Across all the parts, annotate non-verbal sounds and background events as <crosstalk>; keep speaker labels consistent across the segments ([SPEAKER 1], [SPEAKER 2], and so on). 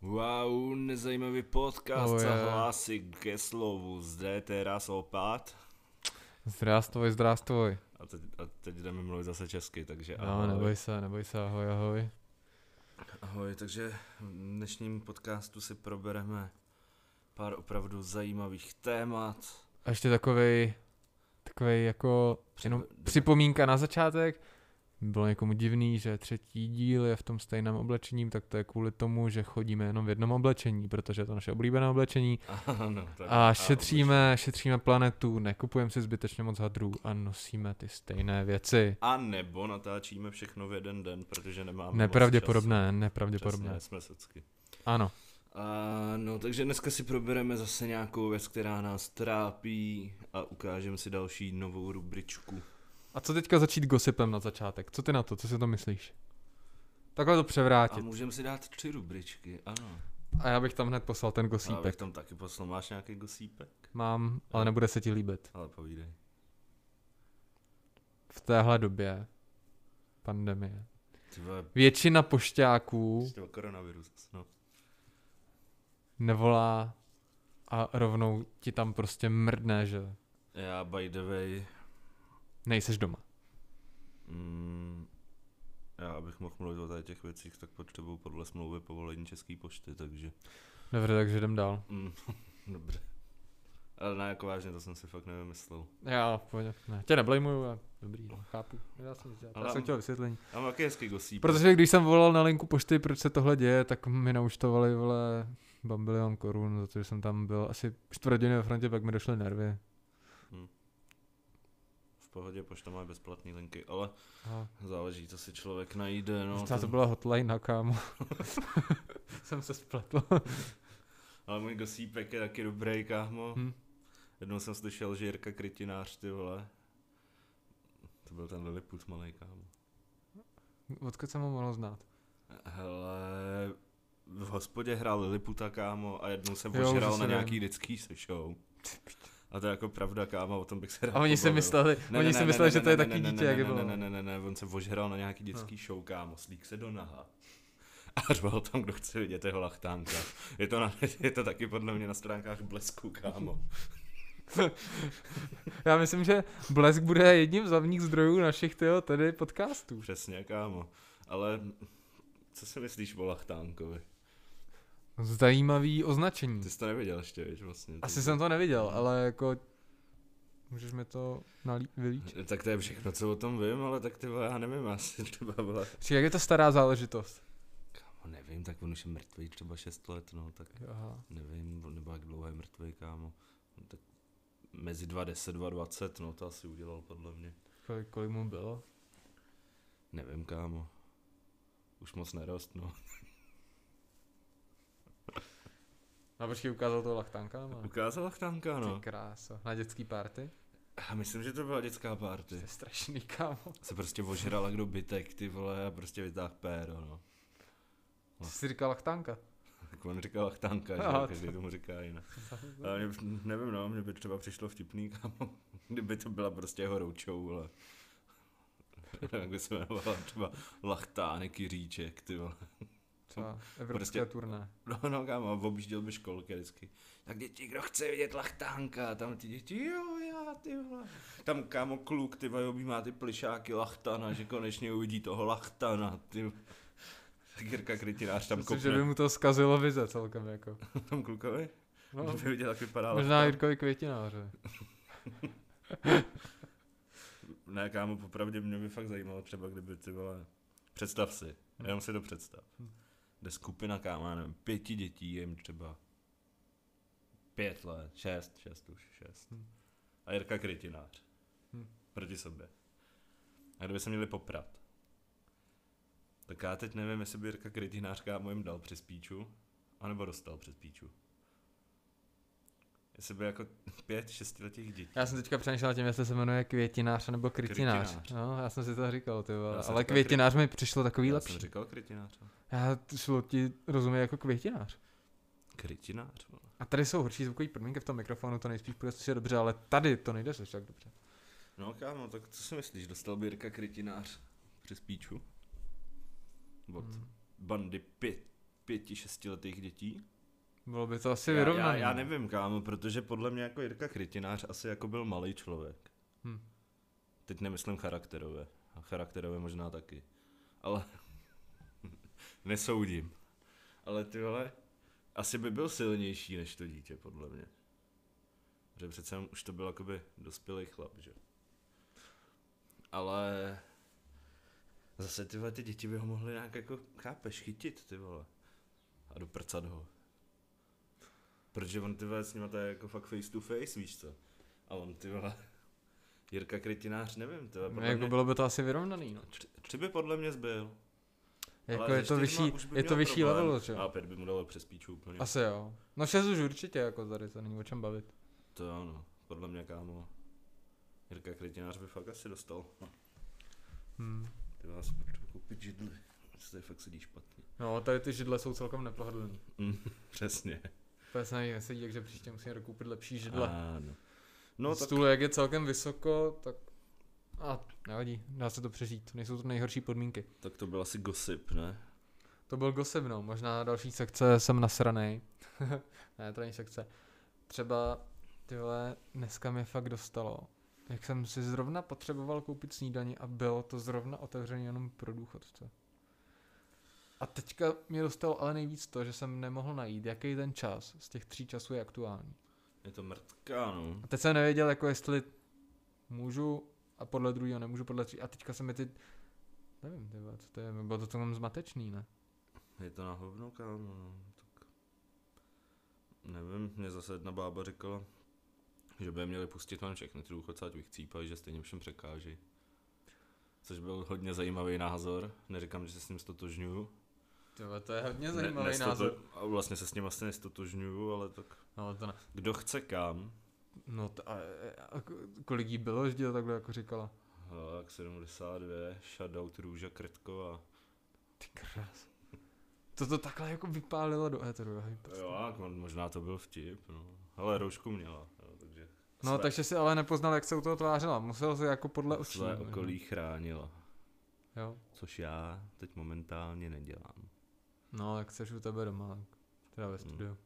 [SPEAKER 1] Wow, nezajímavý podcast
[SPEAKER 2] Oh,
[SPEAKER 1] se
[SPEAKER 2] je.
[SPEAKER 1] hlásí ke slovu. Zde teraz opát.
[SPEAKER 2] Zdrástoj, zdrástoj.
[SPEAKER 1] A teď, a teď jdeme mluvit zase česky, takže
[SPEAKER 2] No, neboj se, neboj se, ahoj, ahoj.
[SPEAKER 1] Ahoj, takže v dnešním podcastu si probereme pár opravdu zajímavých témat. <laughs>
[SPEAKER 2] A ještě takovej, takovej jako jenom připomínka na začátek. Bylo někomu divný, že třetí díl je v tom stejném oblečení, tak to je kvůli tomu, že chodíme jenom v jednom oblečení, protože je to naše oblíbené oblečení.
[SPEAKER 1] Ano, tak,
[SPEAKER 2] A šetříme, šetříme planetu, nekupujeme si zbytečně moc hadrů a nosíme ty stejné věci.
[SPEAKER 1] A nebo natáčíme všechno v jeden den, protože nemáme
[SPEAKER 2] Nepravděpodobné,
[SPEAKER 1] moc času.
[SPEAKER 2] nepravděpodobné.
[SPEAKER 1] vlastně Přesně, jsme socky.
[SPEAKER 2] Ano.
[SPEAKER 1] A no, takže dneska si probereme zase nějakou věc, která nás trápí a ukážeme si další novou rubričku.
[SPEAKER 2] A co teďka začít gosipem na začátek? Co ty na to? Co si to myslíš? Takhle to převrátit.
[SPEAKER 1] A můžeme si dát tři rubričky, ano.
[SPEAKER 2] A já bych tam hned poslal ten
[SPEAKER 1] A abych
[SPEAKER 2] gosípek.
[SPEAKER 1] tam taky poslal, máš nějaký gosípek?
[SPEAKER 2] Mám, ale nebude se ti líbit.
[SPEAKER 1] Ale povídej.
[SPEAKER 2] V téhle době pandemie.
[SPEAKER 1] Ty vole,
[SPEAKER 2] Většina pošťáků
[SPEAKER 1] ještě o koronavirus. No.
[SPEAKER 2] nevolá a rovnou ti tam prostě mrdne, že
[SPEAKER 1] Já by the way,
[SPEAKER 2] nejseš doma.
[SPEAKER 1] mm, já abych mohl mluvit o tady těch věcích, tak potřebuju podle smlouvy povolení České pošty, takže.
[SPEAKER 2] Dobře, takže jdem dál.
[SPEAKER 1] Mm, <laughs> dobře. Ale ne, jako vážně, to jsem si fakt nevymyslel.
[SPEAKER 2] Já, pojď, ne, tě neblejmuju, já, dobrý, no, chápu. Já jsem, já
[SPEAKER 1] Ale-
[SPEAKER 2] jsem chtěl vysvětlení.
[SPEAKER 1] Já mám taky hezký gosípek.
[SPEAKER 2] Protože když jsem volal na linku pošty, proč se tohle děje, tak mi naučtovali vole bambilion korun, za to, že jsem tam byl asi čtvrt hodiny ve frontě, pak mi došly nervy.
[SPEAKER 1] V pohodě, pošta má bezplatné linky, ale No,
[SPEAKER 2] A
[SPEAKER 1] záleží, co si člověk najde, no.
[SPEAKER 2] no, to... to byla hotline
[SPEAKER 1] <laughs>
[SPEAKER 2] na kámo. <laughs> jsem se spletl.
[SPEAKER 1] Ale můj gosípek je taky dobrý, kámo.
[SPEAKER 2] Hm.
[SPEAKER 1] Jednou jsem slyšel, že Jirka Krytinář, ty vole. To byl ten Lilliput malý, kámo.
[SPEAKER 2] Odkud jsem ho mohl znát?
[SPEAKER 1] Hele, v hospodě hrál Lilliputa, kámo, a jednou jsem
[SPEAKER 2] Jo, už
[SPEAKER 1] požral
[SPEAKER 2] asi
[SPEAKER 1] na
[SPEAKER 2] vím.
[SPEAKER 1] nějaký lidský se show. A to je jako pravda, kámo, o tom bych se rád
[SPEAKER 2] A oni si
[SPEAKER 1] pobavil.
[SPEAKER 2] mysleli,
[SPEAKER 1] jako Ne,
[SPEAKER 2] oni
[SPEAKER 1] ne,
[SPEAKER 2] si
[SPEAKER 1] ne,
[SPEAKER 2] mysleli,
[SPEAKER 1] ne,
[SPEAKER 2] že
[SPEAKER 1] ne,
[SPEAKER 2] to je
[SPEAKER 1] ne,
[SPEAKER 2] taky
[SPEAKER 1] ne, ne,
[SPEAKER 2] dítě,
[SPEAKER 1] ne,
[SPEAKER 2] jak
[SPEAKER 1] ne,
[SPEAKER 2] bylo. No.
[SPEAKER 1] Ne, ne, ne, ne, ne, on se ožral na nějaký dětský show, kámo, slík se do naha. <laughs> A řval tam, kdo chce vidět jeho lachtánka. Je to, na, <laughs> je to taky podle mě na stránkách Blesku, kámo.
[SPEAKER 2] Já myslím, že Blesk bude jedním z hlavních zdrojů našich tyjo, tady podcastů.
[SPEAKER 1] Přesně, kámo. Ale co si myslíš o lachtánkovi?
[SPEAKER 2] Zajímavý označení.
[SPEAKER 1] Ty jsi to neviděl ještě, víš, vlastně.
[SPEAKER 2] Asi jsem to neviděl, ale jako... Můžeš mi to nalí- vylíčit?
[SPEAKER 1] Tak to je všechno, co o tom vím, ale tak ty vole, já nevím, asi třeba byla...
[SPEAKER 2] Či jak je to stará záležitost?
[SPEAKER 1] Kámo, nevím, tak on už je mrtvý třeba 6 let, no, tak
[SPEAKER 2] Aha.
[SPEAKER 1] nevím, nebo jak dlouho je mrtvý, kámo. No, tak mezi 2,10, 2,20, no, to asi udělal podle mě.
[SPEAKER 2] Kolik, kolik mu bylo?
[SPEAKER 1] Nevím, kámo. Už moc nerost, no.
[SPEAKER 2] No počkej, ukázal toho lachtánka? No.
[SPEAKER 1] Ukázal lachtánka,
[SPEAKER 2] Ty
[SPEAKER 1] no.
[SPEAKER 2] kráso. Na dětský party?
[SPEAKER 1] A myslím, že to byla dětská
[SPEAKER 2] To
[SPEAKER 1] party.
[SPEAKER 2] je strašný, kámo.
[SPEAKER 1] Se prostě ožrala kdo bytek, ty vole, a prostě vytáhl péro, no.
[SPEAKER 2] Ty jsi říkal lachtánka?
[SPEAKER 1] Tak on říkal lachtánka, že
[SPEAKER 2] Aha,
[SPEAKER 1] jo,
[SPEAKER 2] to-
[SPEAKER 1] každý tomu říká
[SPEAKER 2] <laughs>
[SPEAKER 1] jinak. Ale mě, nevím, no, mě by třeba přišlo vtipný, kámo, <laughs> kdyby to byla prostě jeho roučou, <laughs> ale jak by se jmenovala třeba Lachtánek Jiříček, ty vole. <laughs>
[SPEAKER 2] Třeba evropské
[SPEAKER 1] Prostě-
[SPEAKER 2] prostě... turné.
[SPEAKER 1] No, no, kámo, objížděl by školky vždycky. Tak děti, kdo chce vidět lachtánka? Tam ty děti, jo, já, ty vole. Tam, kámo, kluk, ty vole, objímá ty plišáky lachtana, že konečně uvidí toho lachtana, ty vole. Tak Jirka Krytinář tam
[SPEAKER 2] Myslím, že by
[SPEAKER 1] kopne.
[SPEAKER 2] mu to zkazilo vize celkem jako.
[SPEAKER 1] Tam klukovi? No. <laughs>
[SPEAKER 2] No,
[SPEAKER 1] Kdyby viděl, jak vypadá
[SPEAKER 2] možná
[SPEAKER 1] lachtán.
[SPEAKER 2] Jirkovi Květináře.
[SPEAKER 1] Ne, kámo, popravdě mě by fakt zajímalo třeba, kdyby ty vole... Představ si,
[SPEAKER 2] Hm.
[SPEAKER 1] jenom si to představ.
[SPEAKER 2] Hm.
[SPEAKER 1] Jde skupina, kámo, já nevím, pěti dětí, je jim třeba pět let, šest, šest už, šest.
[SPEAKER 2] Hm.
[SPEAKER 1] A Jirka Krytinář.
[SPEAKER 2] Hm.
[SPEAKER 1] Proti sobě. A kdyby se měli poprat. Tak já teď nevím, jestli by Jirka Krytinář, kámo, jim dal přes píču, anebo dostal přes píču. Jestli by jako pět, šestiletých dětí.
[SPEAKER 2] Já jsem teďka přemýšlel nad tím, jestli se jmenuje Květinář nebo Krytinář.
[SPEAKER 1] Krytinář.
[SPEAKER 2] No, já jsem si to říkal, ty
[SPEAKER 1] Já
[SPEAKER 2] vole.
[SPEAKER 1] jsem
[SPEAKER 2] Ale
[SPEAKER 1] říkal
[SPEAKER 2] Květinář mi přišlo takový
[SPEAKER 1] Já
[SPEAKER 2] lepší.
[SPEAKER 1] jsem říkal Krytinář. ale-
[SPEAKER 2] Já t- šlo ti rozumím jako Květinář.
[SPEAKER 1] Krytinář, vole.
[SPEAKER 2] A tady jsou horší zvukový podmínky v tom mikrofonu, to nejspíš bude slyšet dobře, ale tady to nejde slyšet tak dobře.
[SPEAKER 1] No kámo, tak co si myslíš, dostal by Jirka Krytinář přes píču? Od
[SPEAKER 2] Hmm.
[SPEAKER 1] bandy pět, pěti, šestiletých dětí.
[SPEAKER 2] Bylo by to asi no.
[SPEAKER 1] já,
[SPEAKER 2] vyrovnané.
[SPEAKER 1] já, já, nevím, kámo, protože podle mě jako Jirka Krytinář asi jako byl malý člověk.
[SPEAKER 2] Hm.
[SPEAKER 1] Teď nemyslím charakterové. A charakterové možná taky. Ale <laughs> nesoudím. Ale ty vole, asi by byl silnější než to dítě, podle mě. Že přece jenom už to byl jakoby dospělý chlap, že? Ale zase ty vole, ty děti by ho mohly nějak jako, chápeš, chytit, ty vole. A doprcat ho. Protože on ty vole s nima to je jako fakt face to face, víš co? A on ty vole, Jirka Krytinář, nevím, ty vole,
[SPEAKER 2] No,
[SPEAKER 1] podle
[SPEAKER 2] jako
[SPEAKER 1] mě,
[SPEAKER 2] bylo by to asi vyrovnaný, no.
[SPEAKER 1] tři, tři by podle mě zbyl.
[SPEAKER 2] Jako
[SPEAKER 1] Ale
[SPEAKER 2] je
[SPEAKER 1] se
[SPEAKER 2] to
[SPEAKER 1] čtyřma
[SPEAKER 2] vyšší,
[SPEAKER 1] už by
[SPEAKER 2] je to
[SPEAKER 1] měl
[SPEAKER 2] vyšší
[SPEAKER 1] problém.
[SPEAKER 2] level, že
[SPEAKER 1] A
[SPEAKER 2] jo?
[SPEAKER 1] pět by mu dalo přes píču úplně.
[SPEAKER 2] Asi jo. No šest už určitě, jako tady se není o čem bavit.
[SPEAKER 1] To jo, no. Podle mě, kámo. Jirka Krytinář by fakt asi dostal.
[SPEAKER 2] Hmm.
[SPEAKER 1] Ty vás potřebuji koupit židli. Se tady fakt sedí špatně.
[SPEAKER 2] No, tady ty židle jsou celkem nepohodlný.
[SPEAKER 1] Mm, <laughs> Přesně.
[SPEAKER 2] To se na nich nesedí, takže příště musím dokoupit lepší židle.
[SPEAKER 1] Ano. No tak,
[SPEAKER 2] Stůl, jak je celkem vysoko, tak... A nevadí, dá se to přežít, nejsou to nejhorší podmínky.
[SPEAKER 1] tak to byl asi gossip, ne?
[SPEAKER 2] To byl gossip, no. Možná další sekce jsem nasranej. <laughs> ne, to není sekce. Třeba, ty vole, dneska mě fakt dostalo. Jak jsem si zrovna potřeboval koupit snídani a bylo to zrovna otevřené jenom pro důchodce. A teďka mě dostalo ale nejvíc to, že jsem nemohl najít, jaký ten čas z těch tří časů je aktuální.
[SPEAKER 1] Je to mrtká, no.
[SPEAKER 2] A teď jsem nevěděl, jako jestli můžu a podle druhého nemůžu podle tří. A teďka se mi ty... Nevím, ty vole, co to je, bylo to celkem zmatečný, ne?
[SPEAKER 1] Je to na hovno, kámo, no. Tak. Nevím, mě zase jedna bába říkala, že by je měli pustit ven všechny ty důchodce, ať vychcípají, že stejně všem překáží. Což byl hodně zajímavý názor, neříkám, že se s ním stotožňuju,
[SPEAKER 2] Tyhle, to je hodně
[SPEAKER 1] Ne-
[SPEAKER 2] zajímavý
[SPEAKER 1] nestoto-
[SPEAKER 2] názor.
[SPEAKER 1] A vlastně se s ním asi nestotožňuju, ale tak
[SPEAKER 2] No, to ne.
[SPEAKER 1] kdo chce kam,
[SPEAKER 2] No to, a, a, ko- kolik jí bylo, že to takhle jako říkala?
[SPEAKER 1] hele, tak 72, shoutout Růža Krtková.
[SPEAKER 2] Ty krás. To to takhle jako vypálilo do éteru. hej, prostě.
[SPEAKER 1] Jo, jako tak on- možná to byl vtip, no. Ale roušku měla, jo, takže
[SPEAKER 2] No takže si ale nepoznal, jak se u toho tvářila. Musel se jako podle očí.
[SPEAKER 1] své
[SPEAKER 2] možná.
[SPEAKER 1] okolí chránila,
[SPEAKER 2] Jo.
[SPEAKER 1] což já teď momentálně nedělám.
[SPEAKER 2] No, jak seš u tebe doma, tak teda ve studiu.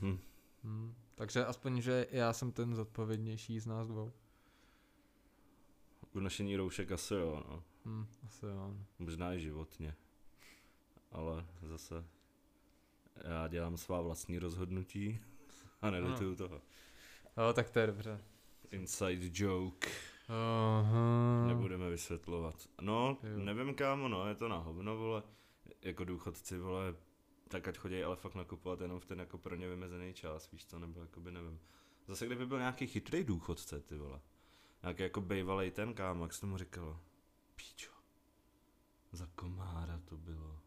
[SPEAKER 1] Hmm. Hm.
[SPEAKER 2] Hmm. Takže aspoň, že já jsem ten zodpovědnější z nás dvou.
[SPEAKER 1] U nošení roušek asi jo, no.
[SPEAKER 2] Hmm, asi jo. no.
[SPEAKER 1] Možná i životně. Ale zase já dělám svá vlastní rozhodnutí a nelituju toho.
[SPEAKER 2] Jo, tak to je dobře.
[SPEAKER 1] Inside joke.
[SPEAKER 2] Aha.
[SPEAKER 1] Nebudeme vysvětlovat. No,
[SPEAKER 2] Hmm. Jo.
[SPEAKER 1] jo. nevím kámo, no, je to na hovno, vole. Jako důchodci, vole, tak ať chodí, ale fakt nakupovat jenom v ten jako pro ně vymezený čas, víš co, nebo jakoby nevím. Zase kdyby byl nějaký chytrý důchodce, ty vole. Nějaký jako bejvalej ten kámo, jak se tomu říkalo. Píčo. Za komára to bylo.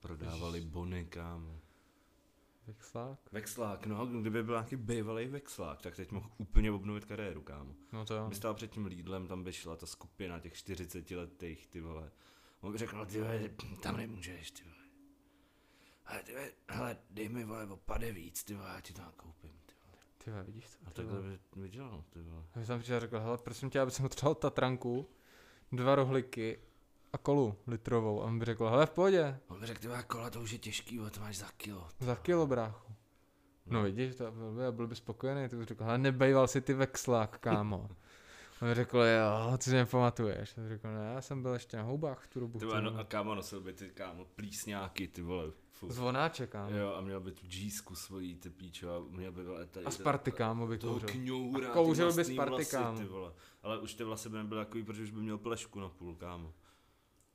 [SPEAKER 1] Prodávali bony, kámo.
[SPEAKER 2] Vexlák?
[SPEAKER 1] Vexlák, no, kdyby byl nějaký bejvalej vexlák, tak teď mohl úplně obnovit kariéru, kámo.
[SPEAKER 2] No to jo.
[SPEAKER 1] Když stál před tím Lidlem, tam by šla ta skupina těch 40 letých, ty vole. On by řekl, ty vole, tam nemůžeš, ty vole. Ale ty vole, hele, dej mi vole opade víc, ty vole, já ti to nakoupím, ty vole.
[SPEAKER 2] Ty vole, vidíš to?
[SPEAKER 1] A
[SPEAKER 2] ty vole.
[SPEAKER 1] takhle by vydělal, ty vole.
[SPEAKER 2] Já jsem přišel a řekl, hele, prosím tě, aby jsem potřeboval tatranku, dva rohliky a kolu litrovou. A on by řekl, hele, v pohodě,
[SPEAKER 1] On by řekl, ty vole, kola to už je těžký, vole, to máš za kilo.
[SPEAKER 2] za kilo, brácho. No vidíš, to byl, by- byl by spokojený, ty bych řekl, hele, nebejval si ty vexlák, kámo. On mi řekl, jo, ty si nepamatuješ. Já řekl, ne, já jsem byl ještě na houbách v tu dobu.
[SPEAKER 1] Ty
[SPEAKER 2] ty
[SPEAKER 1] vole,
[SPEAKER 2] vole.
[SPEAKER 1] no, a kámo nosil by ty kámo plísňáky, ty vole. Fu.
[SPEAKER 2] Zvonáče, kámo.
[SPEAKER 1] Jo, a měl by tu džísku svojí, ty píčo, a měl by vole, tady,
[SPEAKER 2] A Sparty, kámo, by
[SPEAKER 1] toho
[SPEAKER 2] kouřil.
[SPEAKER 1] kňoura,
[SPEAKER 2] A
[SPEAKER 1] ty
[SPEAKER 2] kouřil by
[SPEAKER 1] vlastní
[SPEAKER 2] Sparty, kámo.
[SPEAKER 1] vlasy, ty vole. Ale už ty vlasy by nebyly takový, protože už by měl plešku na půl, kámo.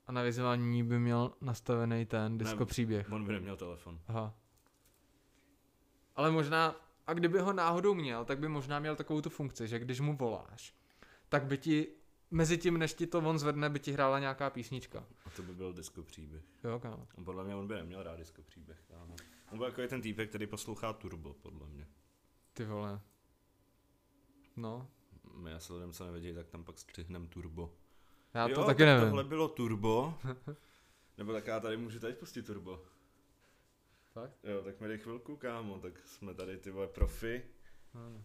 [SPEAKER 2] A na vyzvání by měl nastavený ten disco příběh.
[SPEAKER 1] On by neměl telefon.
[SPEAKER 2] Aha. Ale možná, a kdyby ho náhodou měl, tak by možná měl takovou tu funkci, že když mu voláš, tak by ti, mezi tím, než ti to on zvedne, by ti hrála nějaká písnička.
[SPEAKER 1] A to by byl disco příběh.
[SPEAKER 2] Jo, kámo.
[SPEAKER 1] A podle mě on by neměl rád disco příběh, kámo. On byl jako je ten týpek, který poslouchá Turbo, podle mě.
[SPEAKER 2] Ty vole. No,
[SPEAKER 1] My asi lidem co nevědějí, tak tam pak střihneme Turbo.
[SPEAKER 2] já
[SPEAKER 1] jo,
[SPEAKER 2] to taky
[SPEAKER 1] tak
[SPEAKER 2] nevím.
[SPEAKER 1] tohle bylo Turbo. <laughs> Nebo tak já tady můžu teď pustit Turbo.
[SPEAKER 2] Fakt?
[SPEAKER 1] Jo, tak mi dej chvilku, kámo, tak jsme tady ty vole profi.
[SPEAKER 2] Ano.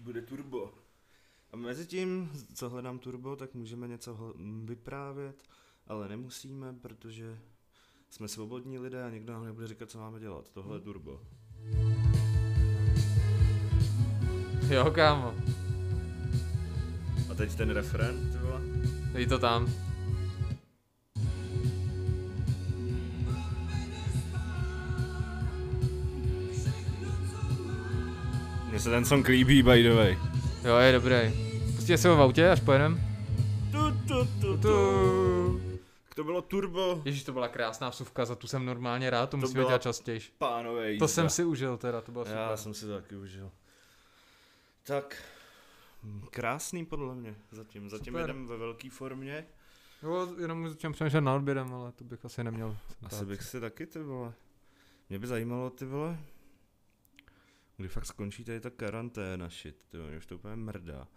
[SPEAKER 1] Bude Turbo. A mezi tím, co hledám Turbo, tak můžeme něco hl- m, vyprávět, ale nemusíme, protože jsme svobodní lidé a nikdo nám nebude říkat, co máme dělat. Tohle je turbo.
[SPEAKER 2] Jo, kámo.
[SPEAKER 1] A teď ten referent, ty vole.
[SPEAKER 2] Dej to tam.
[SPEAKER 1] Mně se ten song líbí, by the way.
[SPEAKER 2] Jo, je dobrý. Pustíme si ho v autě, až pojedem.
[SPEAKER 1] Tu, tu, tu, tu.
[SPEAKER 2] Tu.
[SPEAKER 1] Tak To bylo turbo,
[SPEAKER 2] Ježíš, to byla krásná vsuvka, za tu jsem normálně rád, to, musíme
[SPEAKER 1] byla-
[SPEAKER 2] dělat častěji.
[SPEAKER 1] pánové jízda.
[SPEAKER 2] To jsem si užil teda, to bylo super.
[SPEAKER 1] Já jsem si to taky užil. Tak, hm, krásný podle mě zatím. Zatím
[SPEAKER 2] Super.
[SPEAKER 1] jedem ve velké formě.
[SPEAKER 2] Jo, jenom začám přemýšlet nad odběrem, ale to bych asi neměl.
[SPEAKER 1] Asi bych si taky, ty vole. Mě by zajímalo, ty vole, kdy fakt skončí tady ta karanténa, shit, ty vole, mě už to úplně mrdá.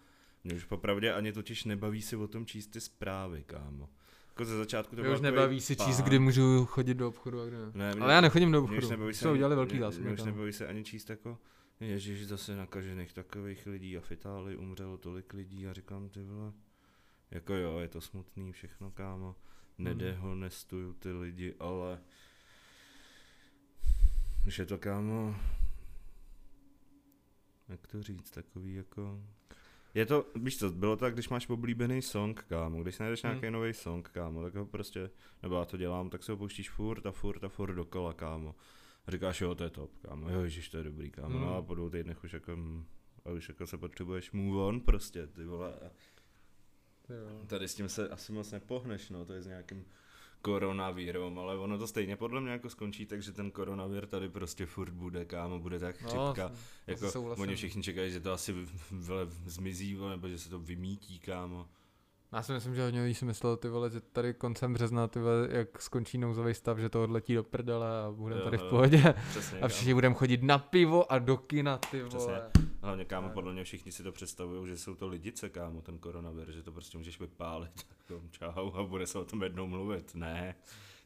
[SPEAKER 1] Mě už popravdě ani totiž nebaví si o tom číst ty zprávy, kámo. Jako ze začátku to
[SPEAKER 2] Mě
[SPEAKER 1] byl
[SPEAKER 2] už
[SPEAKER 1] takový
[SPEAKER 2] nebaví si číst,
[SPEAKER 1] pán.
[SPEAKER 2] kdy můžu chodit do obchodu a kdy ne.
[SPEAKER 1] Ne, mě-
[SPEAKER 2] Ale já nechodím do
[SPEAKER 1] mě už
[SPEAKER 2] obchodu.
[SPEAKER 1] nebaví se
[SPEAKER 2] Co
[SPEAKER 1] ani-
[SPEAKER 2] udělali velký
[SPEAKER 1] mě-
[SPEAKER 2] zásoby.
[SPEAKER 1] Mě už
[SPEAKER 2] kámo.
[SPEAKER 1] nebaví se ani číst jako, ježiš, zase nakažených takových lidí a v Itálii umřelo tolik lidí a říkám, ty vole, jako jo, je to smutný všechno, kámo.
[SPEAKER 2] Hmm.
[SPEAKER 1] Nedehonestuju ty lidi, ale už je to, kámo, jak to říct, takový jako... Je to, víš co, bylo tak, když máš oblíbený song, kámo, když si najdeš
[SPEAKER 2] Hmm.
[SPEAKER 1] nějaký nový song, kámo, tak ho prostě, nebo já to dělám, tak se ho pouštíš furt a furt a furt dokola, kámo. A říkáš, jo, to je top, kámo, jo, ježiš, to je dobrý, kámo,
[SPEAKER 2] Hmm.
[SPEAKER 1] no a po dvou týdnech už jako, mm, a už jako se potřebuješ move on prostě, ty vole. A
[SPEAKER 2] Ty jo.
[SPEAKER 1] Tady s tím se asi moc nepohneš, no, to je s nějakým koronavírem, ale ono to stejně podle mě jako skončí, takže ten koronavir tady prostě furt bude, kámo, bude tak
[SPEAKER 2] No,
[SPEAKER 1] chřipka. Jako,
[SPEAKER 2] souhlasím.
[SPEAKER 1] oni všichni čekají, že to asi v- vyle, zmizí, vole, nebo že se to vymítí, kámo.
[SPEAKER 2] já si myslím, že hodně lidí si myslel, ty vole, že tady koncem března, ty vole, jak skončí nouzový stav, že to odletí do prdele a budeme
[SPEAKER 1] Jo,
[SPEAKER 2] tady v
[SPEAKER 1] jo.
[SPEAKER 2] pohodě.
[SPEAKER 1] <laughs> Přesně,
[SPEAKER 2] A všichni budeme chodit na pivo a do kina, ty vole.
[SPEAKER 1] kámo. Hlavně, kámo, podle mě všichni si to představují, že jsou to lidice, kámo, ten koronavir, že to prostě můžeš vypálit. <laughs> Tak tom čau a bude se o tom jednou mluvit. Ne,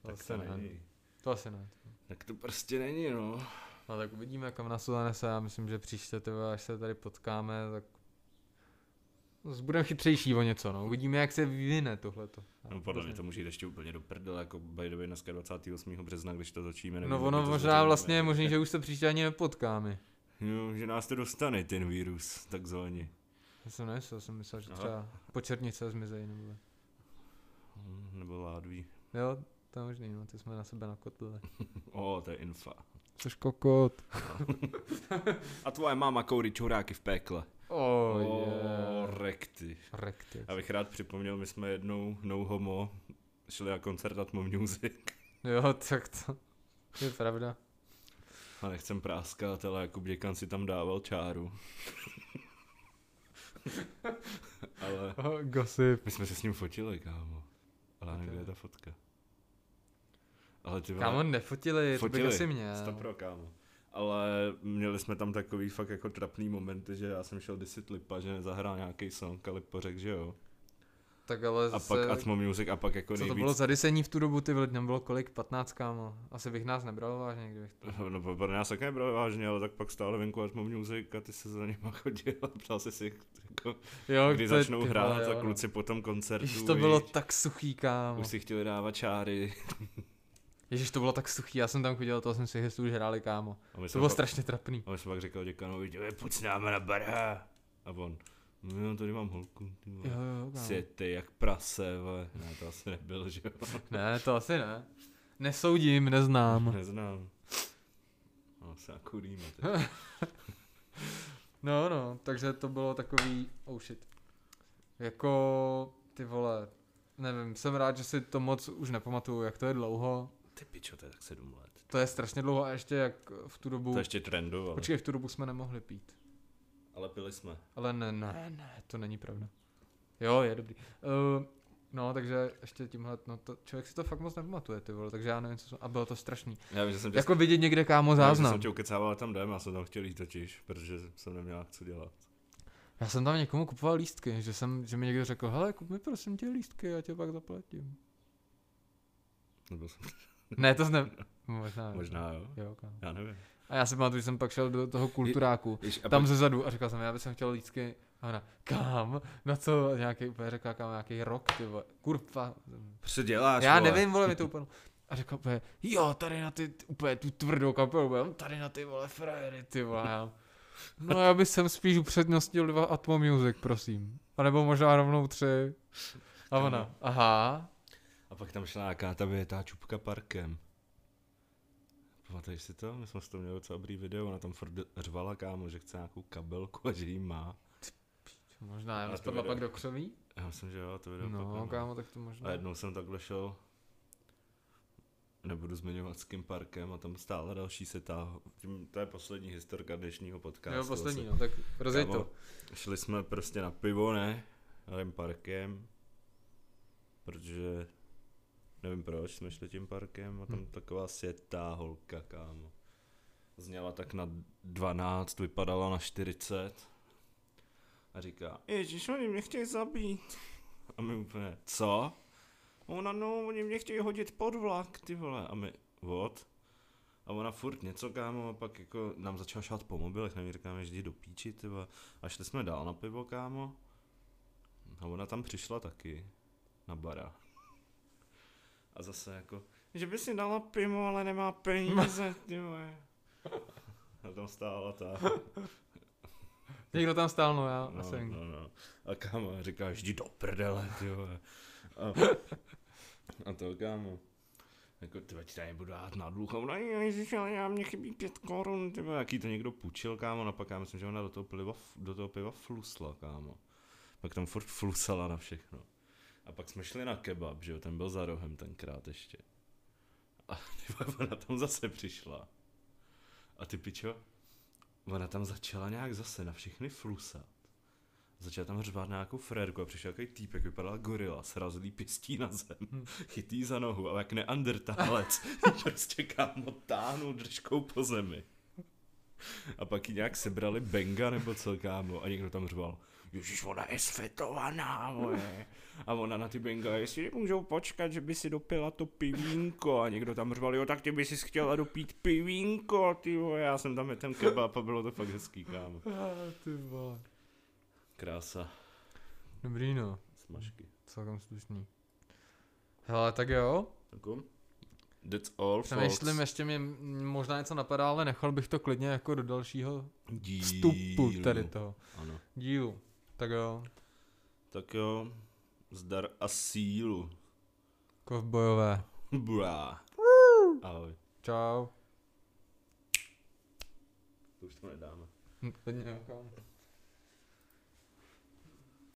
[SPEAKER 2] To
[SPEAKER 1] tak to
[SPEAKER 2] asi Vlastně ne.
[SPEAKER 1] není.
[SPEAKER 2] To asi ne.
[SPEAKER 1] Tak to prostě není, no.
[SPEAKER 2] No tak uvidíme, kam nás to zanese. Já myslím, že příště, tebe, až se tady potkáme, tak Zas budeme chytřejší o něco, no. Uvidíme, jak se vyvine tohleto. Prostě.
[SPEAKER 1] No, podle
[SPEAKER 2] Vlastně.
[SPEAKER 1] mě to může jít ještě úplně do prdele, jako by the way dneska 28. března, když to točíme. nevím,
[SPEAKER 2] No
[SPEAKER 1] kdy
[SPEAKER 2] ono
[SPEAKER 1] to
[SPEAKER 2] možná
[SPEAKER 1] zveřejníme.
[SPEAKER 2] vlastně je možný, že už se příště ani nepotkáme.
[SPEAKER 1] Jo, že nás to dostane, ten vírus, takzvaně.
[SPEAKER 2] Já jsem nemyslel, jsem myslel, že
[SPEAKER 1] Aha.
[SPEAKER 2] třeba počernice zmizejí nebo...
[SPEAKER 1] Hm, Nebo ládví.
[SPEAKER 2] Jo, to je možný, no, ty jsme na sebe nakotlili.
[SPEAKER 1] O, to je infa.
[SPEAKER 2] Což kokot.
[SPEAKER 1] A tvoje máma kouří čuráky v pekle.
[SPEAKER 2] Oh,
[SPEAKER 1] O,
[SPEAKER 2] yeah.
[SPEAKER 1] rekty.
[SPEAKER 2] Rekty.
[SPEAKER 1] Abych rád připomněl, my jsme jednou No Homo šli na koncert Atmo Music.
[SPEAKER 2] Jo, tak to je pravda.
[SPEAKER 1] A nechcem práskat, ale Jakub Děkan si tam dával čáru. <laughs> ale
[SPEAKER 2] Oh, <laughs> gossip.
[SPEAKER 1] my jsme se s ním fotili, kámo. Ale
[SPEAKER 2] Tak
[SPEAKER 1] nevím,
[SPEAKER 2] jo.
[SPEAKER 1] kde je ta fotka. Ale ty vole,
[SPEAKER 2] Kámo, nefotili, fotili. to bych asi měl.
[SPEAKER 1] Stopro, kámo. Ale měli jsme tam takový fakt jako trapný momenty, že já jsem šel disit Lipa, že nezahrál nějaký song a Lipo řekl, že jo.
[SPEAKER 2] Tak ale
[SPEAKER 1] A
[SPEAKER 2] zase,
[SPEAKER 1] pak Atmo Music a pak jako
[SPEAKER 2] co to
[SPEAKER 1] nejvíc
[SPEAKER 2] bylo za disení v tu dobu, ty vole, tam bylo kolik, 15 kámo. Asi bych nás nebral vážně, kdybych to...
[SPEAKER 1] No, pro- pro nás taky nebrali vážně, ale tak pak stále venku až music a ty se za nima <laughs> chodil a ptal se si, jako,
[SPEAKER 2] Jo,
[SPEAKER 1] kdy
[SPEAKER 2] No, to je-
[SPEAKER 1] začnou
[SPEAKER 2] ty vole,
[SPEAKER 1] hrát
[SPEAKER 2] jo,
[SPEAKER 1] a
[SPEAKER 2] no.
[SPEAKER 1] kluci po tom koncertu.
[SPEAKER 2] Ježiš, to bylo
[SPEAKER 1] víš,
[SPEAKER 2] tak suchý, kámo.
[SPEAKER 1] už si chtěli dávat čáry.
[SPEAKER 2] Ježíš, to bylo tak suchý, já jsem tam chodil, to jsem si hezdu už hráli, kámo.
[SPEAKER 1] A my
[SPEAKER 2] To
[SPEAKER 1] jsme,
[SPEAKER 2] bylo
[SPEAKER 1] pak,
[SPEAKER 2] strašně trapný.
[SPEAKER 1] a my jsme pak říkal děkanovi, "Dělej, pojď s náma na bará. A on, no jo, tady mám holku, ty vole.
[SPEAKER 2] Jo, no. jo,
[SPEAKER 1] Si
[SPEAKER 2] kámo.
[SPEAKER 1] ty jak prase, vole. Ne, to asi nebyl, že jo.
[SPEAKER 2] Ne, to asi ne. Nesoudím,
[SPEAKER 1] <laughs>
[SPEAKER 2] neznám.
[SPEAKER 1] Neznám. No, se akuríme.
[SPEAKER 2] No, no, takže to bylo takový, oh shit. Jako, ty vole, nevím, jsem rád, že si to moc už nepamatuju, jak to je dlouho.
[SPEAKER 1] Ty pičo, to je tak sedm let.
[SPEAKER 2] To je strašně dlouho a ještě jak v tu dobu,
[SPEAKER 1] To ještě trendovalo.
[SPEAKER 2] počkej, v tu dobu jsme nemohli pít.
[SPEAKER 1] Ale pili jsme.
[SPEAKER 2] Ale ne, ne, ne, to není pravda. Jo, je dobrý. Uh, no, takže ještě tímhle, no to, člověk si to fakt moc nepamatuje, ty vole, takže já nevím, co jsem, a bylo to strašný.
[SPEAKER 1] Já vím, že jsem tě
[SPEAKER 2] Jako vidět někde kámo
[SPEAKER 1] Já
[SPEAKER 2] záznam.
[SPEAKER 1] jsem tě ukecával, ale tam jdem, já jsem tam chtěl jít totiž, protože jsem neměl co dělat.
[SPEAKER 2] Já jsem tam někomu kupoval lístky, že, jsem, že mi někdo řekl, hele, kup mi prosím tě lístky, já tě pak zaplatím.
[SPEAKER 1] Nebo jsem,
[SPEAKER 2] Ne, to jsem... Možná.
[SPEAKER 1] možná jo,
[SPEAKER 2] Jo, kámo.
[SPEAKER 1] já nevím.
[SPEAKER 2] A já si pamatuju, že jsem pak šel do toho kulturáku.
[SPEAKER 1] Jež, a
[SPEAKER 2] Tam ze zadu a říkal jsem, já bych sem chtěl lístky. A ona, kam? Na co? A nějaký, úplně řekla, kam nějaký rok, ty vole. Kurva.
[SPEAKER 1] co děláš,
[SPEAKER 2] Já
[SPEAKER 1] vole? <laughs>
[SPEAKER 2] nevím, vole, mi to úplně. a řekl úplně, jo, tady na ty, úplně tu tvrdou kapelu, budem tady na ty vole frajery, ty vole.
[SPEAKER 1] <laughs>
[SPEAKER 2] já." No já bych sem spíš upřednostnil dva Atmo Music, prosím. A nebo možná rovnou tři. A ona, aha,
[SPEAKER 1] A pak tam šla nějaká ta větá čupka parkem. Pamatuješ si to? My jsme s to měli docela dobrý video, ona tam furt řvala kámo, že chce nějakou kabelku a že jí má.
[SPEAKER 2] možná
[SPEAKER 1] A
[SPEAKER 2] já
[SPEAKER 1] to
[SPEAKER 2] spadla
[SPEAKER 1] video.
[SPEAKER 2] pak do křoví.
[SPEAKER 1] Já myslím, že jo, to video pak
[SPEAKER 2] No,
[SPEAKER 1] nemám.
[SPEAKER 2] kámo, tak to možná.
[SPEAKER 1] A jednou jsem takhle šel, nebudu zmiňovat s kým parkem a tam stála další se ta, tím, to je poslední historka dnešního podcastu.
[SPEAKER 2] Jo, poslední,
[SPEAKER 1] asi.
[SPEAKER 2] no, tak rozjeď
[SPEAKER 1] Kámo,
[SPEAKER 2] to.
[SPEAKER 1] Šli jsme prostě na pivo, ne? A tím parkem, protože nevím proč jsme šli tím parkem a tam
[SPEAKER 2] Hm.
[SPEAKER 1] taková světá holka, kámo. Zněla tak na 12, vypadala na 40 a říká, Ježíš, oni mě chtějí zabít. A my úplně, co? Ona, no, oni mě chtějí hodit pod vlak, ty vole. A my, what? A ona furt něco, kámo, a pak jako nám začala šát po mobilech, nevím, říkáme, že jdi do píči, ty vole. A šli jsme dál na pivo, kámo. A ona tam přišla taky. Na bara. A zase jako, že by si dala pivo, ale nemá peníze, ty vole. A tam stála ta.
[SPEAKER 2] Někdo tam stál, no já,
[SPEAKER 1] No,
[SPEAKER 2] asi. někdo.
[SPEAKER 1] no, no. A kámo, a říká, jdi do prdele, ty vole. A, a to kámo. Jako, ty vole, ti tady nebudu dát na dluh. A ona, ježiš, ale já mě chybí pět korun, ty vole. Jaký to někdo půjčil, kámo. No pak já myslím, že ona do toho piva, do toho piva flusla, kámo. Pak tam furt flusala na všechno. A pak jsme šli na kebab, že jo, ten byl za rohem tenkrát ještě. A ty vole, ona tam zase přišla. A ty pičo, ona tam začala nějak zase na všechny flusat. Začala tam řvát na nějakou frérku a přišel takový týpek, vypadala gorila, srazlý pěstí na zem, chytý za nohu, ale jak neandertálec, <laughs> prostě kámo táhnul držkou po zemi. A pak ji nějak sebrali benga nebo co kámo a někdo tam řval, Ježíš, ona je svetovaná, moje. A ona na ty benga, jestli nemůžou počkat, že by si dopila to pivínko. A někdo tam řval, jo, tak ty by si chtěla dopít pivínko, ty vole. Já jsem tam je ten kebab a bylo to fakt hezký, kámo.
[SPEAKER 2] Ah, ty vole.
[SPEAKER 1] Krása,
[SPEAKER 2] Dobrý no,
[SPEAKER 1] smažky.
[SPEAKER 2] celkem slušný. Hele, tak jo,
[SPEAKER 1] Taku? Jako, That's all,
[SPEAKER 2] přemýšlím, ještě mi m, možná něco napadá, ale nechal bych to klidně jako do dalšího
[SPEAKER 1] Dílu.
[SPEAKER 2] vstupu tady toho
[SPEAKER 1] Ano.
[SPEAKER 2] dílu. Tak jo,
[SPEAKER 1] Tak jo, zdar a sílu. <laughs>
[SPEAKER 2] kovbojové,
[SPEAKER 1] Brá. Ahoj.
[SPEAKER 2] čau.
[SPEAKER 1] To už to nedáme.
[SPEAKER 2] Hm, klidně, jo, kámo.